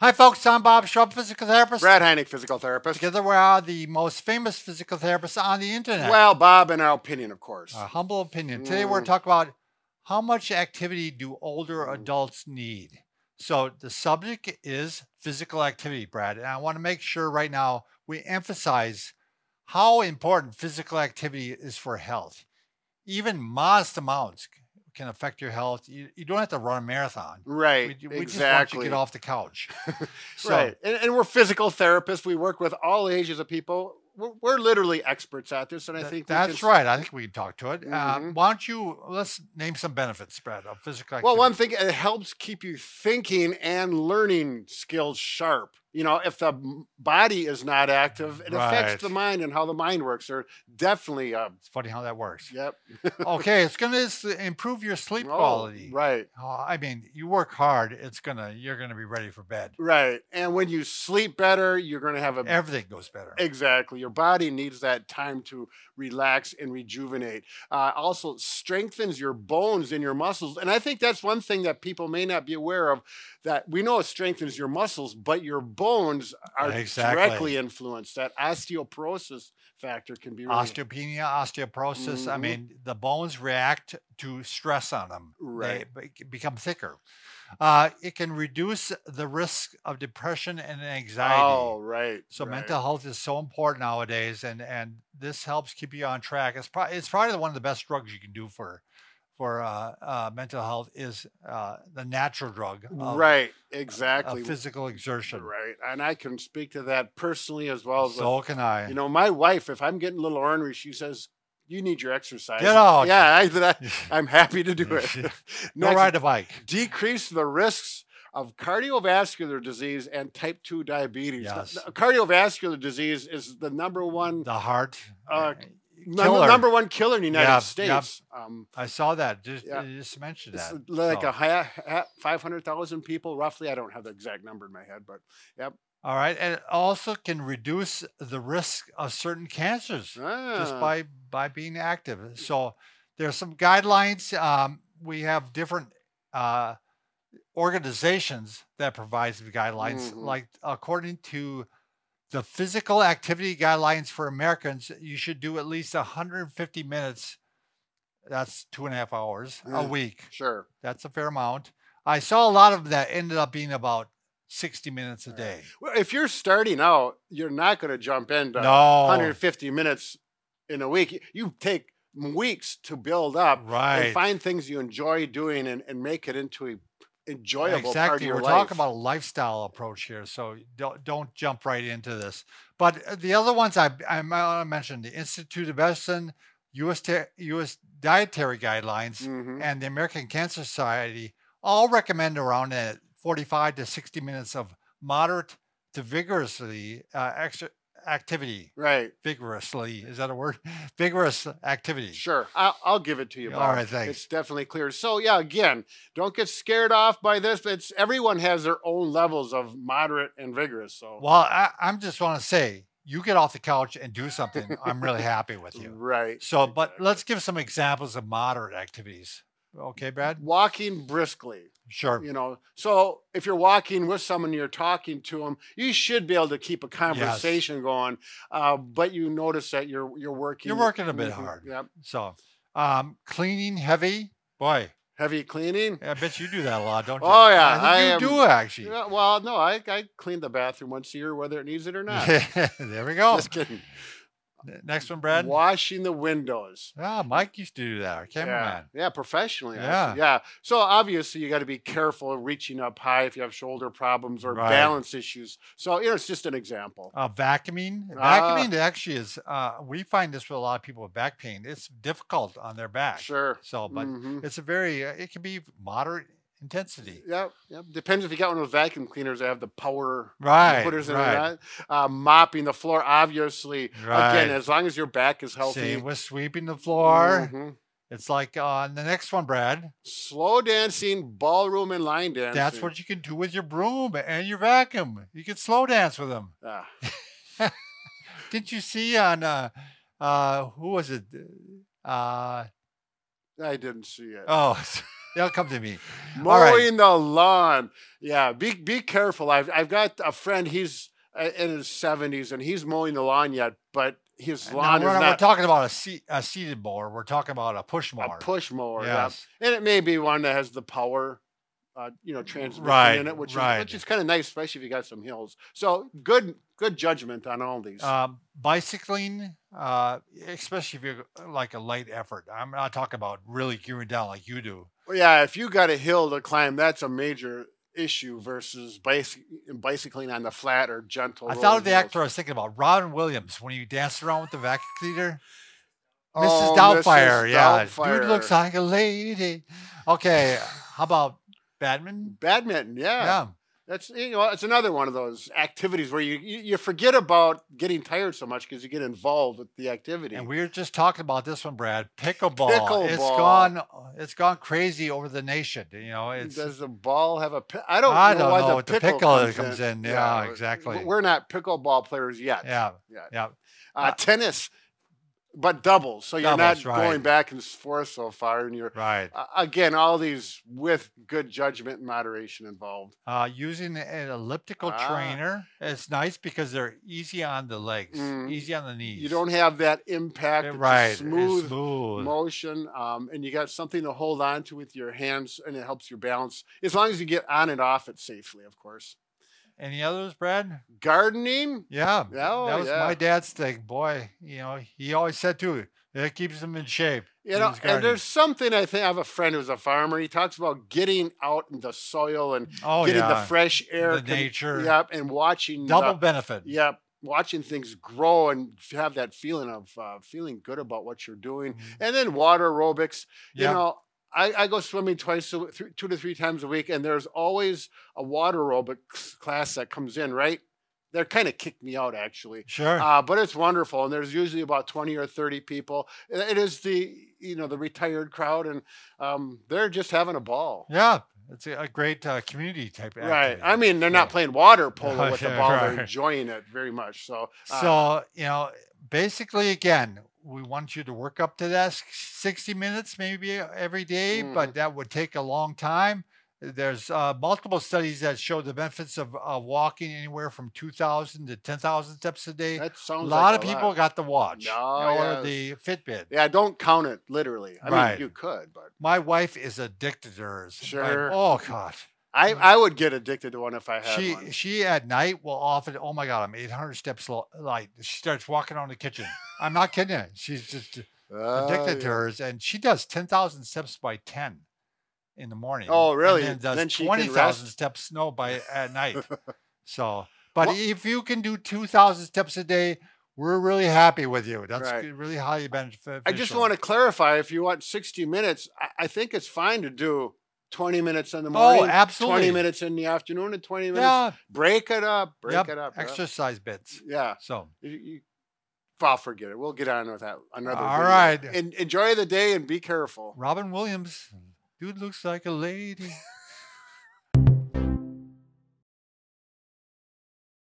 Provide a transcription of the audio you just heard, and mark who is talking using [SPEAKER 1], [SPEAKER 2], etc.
[SPEAKER 1] Hi, folks. I'm Bob Schrupp, physical therapist.
[SPEAKER 2] Brad Heineck, physical therapist.
[SPEAKER 1] Together, we are the most famous physical therapists on the internet.
[SPEAKER 2] Well, Bob, in our opinion, of course.
[SPEAKER 1] Our humble opinion. Today, we're
[SPEAKER 2] Mm.
[SPEAKER 1] talking about how much activity do older adults need. So, the subject is physical activity, Brad. And I want to make sure right now we emphasize how important physical activity is for health. Even modest amounts can affect your health. You, you don't have to run a marathon.
[SPEAKER 2] right.
[SPEAKER 1] We, ju- we
[SPEAKER 2] exactly.
[SPEAKER 1] just want you to get off the couch. So,
[SPEAKER 2] right. And, and we're physical therapists. We work with all ages of people. We're, we're literally experts at this. And I
[SPEAKER 1] Th-
[SPEAKER 2] think we
[SPEAKER 1] that's
[SPEAKER 2] can-
[SPEAKER 1] right. I think we can talk to it. Uh,
[SPEAKER 2] Mhm.
[SPEAKER 1] why don't you let's name some benefits, Brad, of physical activity?
[SPEAKER 2] Well, one thing it helps keep you thinking and learning skills sharp. You know, if the m- body is not active, it
[SPEAKER 1] Right.
[SPEAKER 2] affects the mind and how the mind works. Or definitely, uh,
[SPEAKER 1] It's funny how that works.
[SPEAKER 2] yep.
[SPEAKER 1] okay, it's going to improve your sleep
[SPEAKER 2] Oh,
[SPEAKER 1] quality.
[SPEAKER 2] Right,
[SPEAKER 1] Oh, I mean, you work hard. It's gonna you're gonna be ready for bed.
[SPEAKER 2] right. And when you sleep better, you're going to have a
[SPEAKER 1] Everything goes better.
[SPEAKER 2] Exactly. Your body needs that time to relax and rejuvenate. Uh, also, strengthens your bones and your muscles. And I think that's one thing that people may not be aware of that we know it strengthens your muscles, but your bones are
[SPEAKER 1] Exactly.
[SPEAKER 2] directly influenced. That osteoporosis factor can be really.
[SPEAKER 1] Osteopenia, osteoporosis. I
[SPEAKER 2] Mhm.
[SPEAKER 1] mean, the bones react to stress on them.
[SPEAKER 2] Right.
[SPEAKER 1] They be- become thicker. Uh, it can reduce the risk of depression and anxiety.
[SPEAKER 2] Oh, right.
[SPEAKER 1] So
[SPEAKER 2] right.
[SPEAKER 1] mental health is so important nowadays, and and this helps keep you on track. It's probably it's probably one of the best drugs you can do for for uh, uh, mental health is uh, the natural drug, of,
[SPEAKER 2] Right.
[SPEAKER 1] of
[SPEAKER 2] Exactly.
[SPEAKER 1] physical exertion.
[SPEAKER 2] Right. And I can speak to that personally as well. with-
[SPEAKER 1] So can I.
[SPEAKER 2] You know, my wife, if I'm getting a little ornery, she says, "You need your exercise."
[SPEAKER 1] Get out.
[SPEAKER 2] Yeah, I, that, I'm happy to do it.
[SPEAKER 1] Go
[SPEAKER 2] Next,
[SPEAKER 1] ride a bike.
[SPEAKER 2] Decrease the risks of cardiovascular disease and type two diabetes. Now,
[SPEAKER 1] Yes.
[SPEAKER 2] th- Cardiovascular disease is the number one
[SPEAKER 1] The heart.
[SPEAKER 2] Mm. Uh, num-
[SPEAKER 1] killer.
[SPEAKER 2] number one killer in the United
[SPEAKER 1] Yeah, yeah.
[SPEAKER 2] States. Um,
[SPEAKER 1] I saw that. Just,
[SPEAKER 2] Yeah.
[SPEAKER 1] you just mentioned
[SPEAKER 2] it's
[SPEAKER 1] that.
[SPEAKER 2] like
[SPEAKER 1] so.
[SPEAKER 2] a hi- ha- 500,000 people, roughly. I don't have the exact number in my head, but
[SPEAKER 1] All right, and it also can reduce the risk of certain cancers. just
[SPEAKER 2] ah,
[SPEAKER 1] by by being active. So there's some guidelines. Um, we have different uh, organizations that provides the guidelines.
[SPEAKER 2] Mhm.
[SPEAKER 1] Like according to the physical activity guidelines for Americans, you should do at least 150 minutes. That's two and a half hours a
[SPEAKER 2] Yeah.
[SPEAKER 1] week.
[SPEAKER 2] sure.
[SPEAKER 1] That's a fair amount. I saw a lot of that ended up being about 60 minutes a
[SPEAKER 2] Right.
[SPEAKER 1] day.
[SPEAKER 2] Well, if you're starting out, you're not going to jump into
[SPEAKER 1] No,
[SPEAKER 2] 150 minutes in a week. You take weeks to build up
[SPEAKER 1] right.
[SPEAKER 2] and find things you enjoy doing and, and make it into a enjoyable Oh, part of
[SPEAKER 1] exactly
[SPEAKER 2] your
[SPEAKER 1] we're
[SPEAKER 2] life.
[SPEAKER 1] talking about a lifestyle approach here so don't don't jump right into this but uh, the other ones i i want to mention the institute of medicine us Te- us dietary guidelines
[SPEAKER 2] Mhm.
[SPEAKER 1] and the american cancer society all recommend around a 45 to 60 minutes of moderate to vigorously uh, extra activity
[SPEAKER 2] Right.
[SPEAKER 1] vigorously is that a word vigorous activity
[SPEAKER 2] Sure. I'll, I'll give it to you,
[SPEAKER 1] All
[SPEAKER 2] Bob.
[SPEAKER 1] right, thanks.
[SPEAKER 2] It's definitely clear. So, yeah, again, don't get scared off by this. It's everyone has their own levels of moderate and vigorous. So,
[SPEAKER 1] well I, i'm just want to say you get off the couch and do something i'm really happy with you
[SPEAKER 2] right.
[SPEAKER 1] So, but
[SPEAKER 2] Exactly.
[SPEAKER 1] let's give some examples of moderate activities. Okay, Brad?
[SPEAKER 2] Walking briskly.
[SPEAKER 1] Sure.
[SPEAKER 2] you know so if you're walking with someone you're talking to them you should be able to keep a conversation going uh, but you notice that you're you're working
[SPEAKER 1] You're working a bit
[SPEAKER 2] Mhm,
[SPEAKER 1] hard.
[SPEAKER 2] yep
[SPEAKER 1] So, um, cleaning heavy. Boy,
[SPEAKER 2] heavy cleaning
[SPEAKER 1] I bet you do that a lot, don't you?
[SPEAKER 2] Oh, yeah,
[SPEAKER 1] I think
[SPEAKER 2] I
[SPEAKER 1] you
[SPEAKER 2] am-
[SPEAKER 1] do actually.
[SPEAKER 2] Yeah, well no I, I clean the bathroom once a year whether it needs it or not
[SPEAKER 1] there we go.
[SPEAKER 2] just kidding
[SPEAKER 1] N- Next one, Brad.
[SPEAKER 2] washing the windows
[SPEAKER 1] Ah, Mike used to do that, our
[SPEAKER 2] yeah,
[SPEAKER 1] cameraman.
[SPEAKER 2] yeah, professionally. actually. yeah. So obviously, you got to be careful of reaching up high if you have shoulder problems or
[SPEAKER 1] Right.
[SPEAKER 2] balance issues. So you know, it's just an example.
[SPEAKER 1] Uh, vacuuming.
[SPEAKER 2] Ah.
[SPEAKER 1] Vacuuming actually is, uh, we find this with a lot of people with back pain. It's difficult on their back.
[SPEAKER 2] Sure,
[SPEAKER 1] So, but
[SPEAKER 2] Mhm.
[SPEAKER 1] it's a very, uh, it can be moderate intensity.
[SPEAKER 2] Yeah, yeah. Depends if you got one of those vacuum cleaners that have the power
[SPEAKER 1] Right.
[SPEAKER 2] putters in it or
[SPEAKER 1] right.
[SPEAKER 2] not. Uh, mopping the floor, obviously.
[SPEAKER 1] Right.
[SPEAKER 2] Again, as long as your back is healthy.
[SPEAKER 1] Same with sweeping the floor.
[SPEAKER 2] Mhm.
[SPEAKER 1] It's like on the next one, Brad.
[SPEAKER 2] Slow dancing, ballroom, and line dancing.
[SPEAKER 1] That's what you can do with your broom and your vacuum. You can slow dance with them.
[SPEAKER 2] Ah,
[SPEAKER 1] Didn't you see on uh, uh, who was it? Uh,
[SPEAKER 2] I didn't see it.
[SPEAKER 1] oh, They'll come to me. All right.
[SPEAKER 2] mowing the lawn. Yeah, be be careful. I've I've got a friend. He's uh, in his seventies and he's mowing the lawn yet, but his
[SPEAKER 1] No,
[SPEAKER 2] lawn
[SPEAKER 1] we're,
[SPEAKER 2] is
[SPEAKER 1] not, we're
[SPEAKER 2] not
[SPEAKER 1] talking about a, seat, a seated mower. We're talking about a push mower.
[SPEAKER 2] a push mower. yeah.
[SPEAKER 1] Yes.
[SPEAKER 2] and it may be one that has the power. Uh, you know, transmission
[SPEAKER 1] Right,
[SPEAKER 2] in it, which
[SPEAKER 1] right.
[SPEAKER 2] is which is kind of nice, especially if you got some hills. So good, good judgment on all these.
[SPEAKER 1] Um, bicycling, uh, especially if you're like a light effort. I'm not talking about really gearing down like you do.
[SPEAKER 2] Well, Yeah, if you got a hill to climb, that's a major issue versus bicy- bicycling on the flat or gentle.
[SPEAKER 1] I thought
[SPEAKER 2] rolling
[SPEAKER 1] of the
[SPEAKER 2] hills.
[SPEAKER 1] actor I was thinking about, Robin Williams, when he danced around with the vacuum cleaner.
[SPEAKER 2] Oh,
[SPEAKER 1] Mrs. Doubtfire,
[SPEAKER 2] Mrs.
[SPEAKER 1] yeah. Dude
[SPEAKER 2] Doubtfire.
[SPEAKER 1] looks like a lady. Okay, how about Batman?
[SPEAKER 2] badminton. Yeah.
[SPEAKER 1] Yeah.
[SPEAKER 2] that's you know it's another one of those activities where you you, you forget about getting tired so much because you get involved with the activity.
[SPEAKER 1] And we were just talking about this one, Brad. Pickleball. It's
[SPEAKER 2] Pickleball.
[SPEAKER 1] gone. It's gone crazy over the nation. You know, it's
[SPEAKER 2] Does the ball have a? Pi- I don't.
[SPEAKER 1] I
[SPEAKER 2] know
[SPEAKER 1] don't
[SPEAKER 2] why
[SPEAKER 1] know
[SPEAKER 2] the
[SPEAKER 1] what the
[SPEAKER 2] pickle,
[SPEAKER 1] pickle
[SPEAKER 2] comes,
[SPEAKER 1] comes
[SPEAKER 2] in.
[SPEAKER 1] in. Yeah, exactly.
[SPEAKER 2] We're not pickleball players yet.
[SPEAKER 1] yeah,
[SPEAKER 2] Yeah.
[SPEAKER 1] yeah.
[SPEAKER 2] Uh, tennis, but doubles. So you're
[SPEAKER 1] Doubles,
[SPEAKER 2] not
[SPEAKER 1] right.
[SPEAKER 2] going back and forth so far, and you're
[SPEAKER 1] Right.
[SPEAKER 2] uh, again all these with good judgment and moderation involved.
[SPEAKER 1] Uh, using an elliptical
[SPEAKER 2] Ah.
[SPEAKER 1] trainer, it's nice because they're easy on the legs,
[SPEAKER 2] Mm.
[SPEAKER 1] easy on the knees.
[SPEAKER 2] You don't have that impact.
[SPEAKER 1] Yeah,
[SPEAKER 2] It's a
[SPEAKER 1] right. it's
[SPEAKER 2] smooth
[SPEAKER 1] smooth.
[SPEAKER 2] motion um, and you got something to hold on to with your hands and it helps your balance as long as you get on and off it safely of course
[SPEAKER 1] Any others, Brad?
[SPEAKER 2] gardening
[SPEAKER 1] Yeah.
[SPEAKER 2] Oh,
[SPEAKER 1] that was
[SPEAKER 2] yeah.
[SPEAKER 1] my dad's thing. Boy, you know, he always said too, it keeps him in shape.
[SPEAKER 2] you know
[SPEAKER 1] Use gardening.
[SPEAKER 2] and there's something i think i have a friend who's a farmer he talks about getting out in the soil and
[SPEAKER 1] Oh,
[SPEAKER 2] getting
[SPEAKER 1] yeah.
[SPEAKER 2] the fresh air
[SPEAKER 1] The nature.
[SPEAKER 2] yep and watching the-
[SPEAKER 1] Double benefit.
[SPEAKER 2] yep watching things grow and have that feeling of uh, feeling good about what you're doing
[SPEAKER 1] Mm.
[SPEAKER 2] and then water aerobics you
[SPEAKER 1] Yeah.
[SPEAKER 2] know I, I go swimming twice a, th- two to three times a week and there's always a water aerobics class that comes in right they're kind of kicked me out actually
[SPEAKER 1] Sure.
[SPEAKER 2] uh, but it's wonderful and there's usually about 20 or 30 people I- it is the you know the retired crowd and um, they're just having a ball
[SPEAKER 1] yeah. It's a, a great uh, community type
[SPEAKER 2] right
[SPEAKER 1] activity.
[SPEAKER 2] i mean they're
[SPEAKER 1] Yeah.
[SPEAKER 2] not playing water polo
[SPEAKER 1] Yeah,
[SPEAKER 2] with the
[SPEAKER 1] yeah,
[SPEAKER 2] ball
[SPEAKER 1] right.
[SPEAKER 2] they're enjoying it very much so uh,
[SPEAKER 1] So, you know, basically, again, we want you to work up to that s- 60 minutes maybe uh, every day,
[SPEAKER 2] Mm.
[SPEAKER 1] but that would take a long time. There's uh, multiple studies that show the benefits of uh, walking anywhere from 2,000 to 10,000 steps a day.
[SPEAKER 2] that
[SPEAKER 1] a
[SPEAKER 2] sounds
[SPEAKER 1] lot
[SPEAKER 2] like
[SPEAKER 1] of
[SPEAKER 2] a
[SPEAKER 1] people got the watch
[SPEAKER 2] No,
[SPEAKER 1] or
[SPEAKER 2] yes.
[SPEAKER 1] the Fitbit.
[SPEAKER 2] yeah don't count it literally i
[SPEAKER 1] Right.
[SPEAKER 2] mean you could but
[SPEAKER 1] My wife is addicted to hers. but-
[SPEAKER 2] Sure.
[SPEAKER 1] oh God.
[SPEAKER 2] I, I would get addicted to one if I had
[SPEAKER 1] She
[SPEAKER 2] one.
[SPEAKER 1] she at night will often. Oh my God, I'm 800 steps lo- light. She starts walking around the kitchen. I'm not kidding. you. She's just addicted
[SPEAKER 2] Oh,
[SPEAKER 1] to hers, and she does 10,000 steps by 10 in the morning.
[SPEAKER 2] Oh, really?
[SPEAKER 1] And then
[SPEAKER 2] Then
[SPEAKER 1] does
[SPEAKER 2] she can
[SPEAKER 1] 20,000
[SPEAKER 2] rest?
[SPEAKER 1] steps no by at night. so, but
[SPEAKER 2] Well-
[SPEAKER 1] if you can do 2,000 steps a day, we're really happy with you. That's
[SPEAKER 2] Right.
[SPEAKER 1] g- really highly beneficial.
[SPEAKER 2] I just want to clarify if you want 60 minutes, I, I think it's fine to do 20 minutes in the morning,
[SPEAKER 1] Oh, absolutely.
[SPEAKER 2] 20 minutes in the afternoon, and 20 minutes.
[SPEAKER 1] Yeah.
[SPEAKER 2] Break it up, break
[SPEAKER 1] yep,
[SPEAKER 2] it up. yeah.
[SPEAKER 1] Exercise bits.
[SPEAKER 2] Yeah.
[SPEAKER 1] So,
[SPEAKER 2] You, you, I'll forget it. We'll get on with that another
[SPEAKER 1] all
[SPEAKER 2] video.
[SPEAKER 1] right.
[SPEAKER 2] En- enjoy the day and be careful.
[SPEAKER 1] Robin Williams, dude looks like a lady.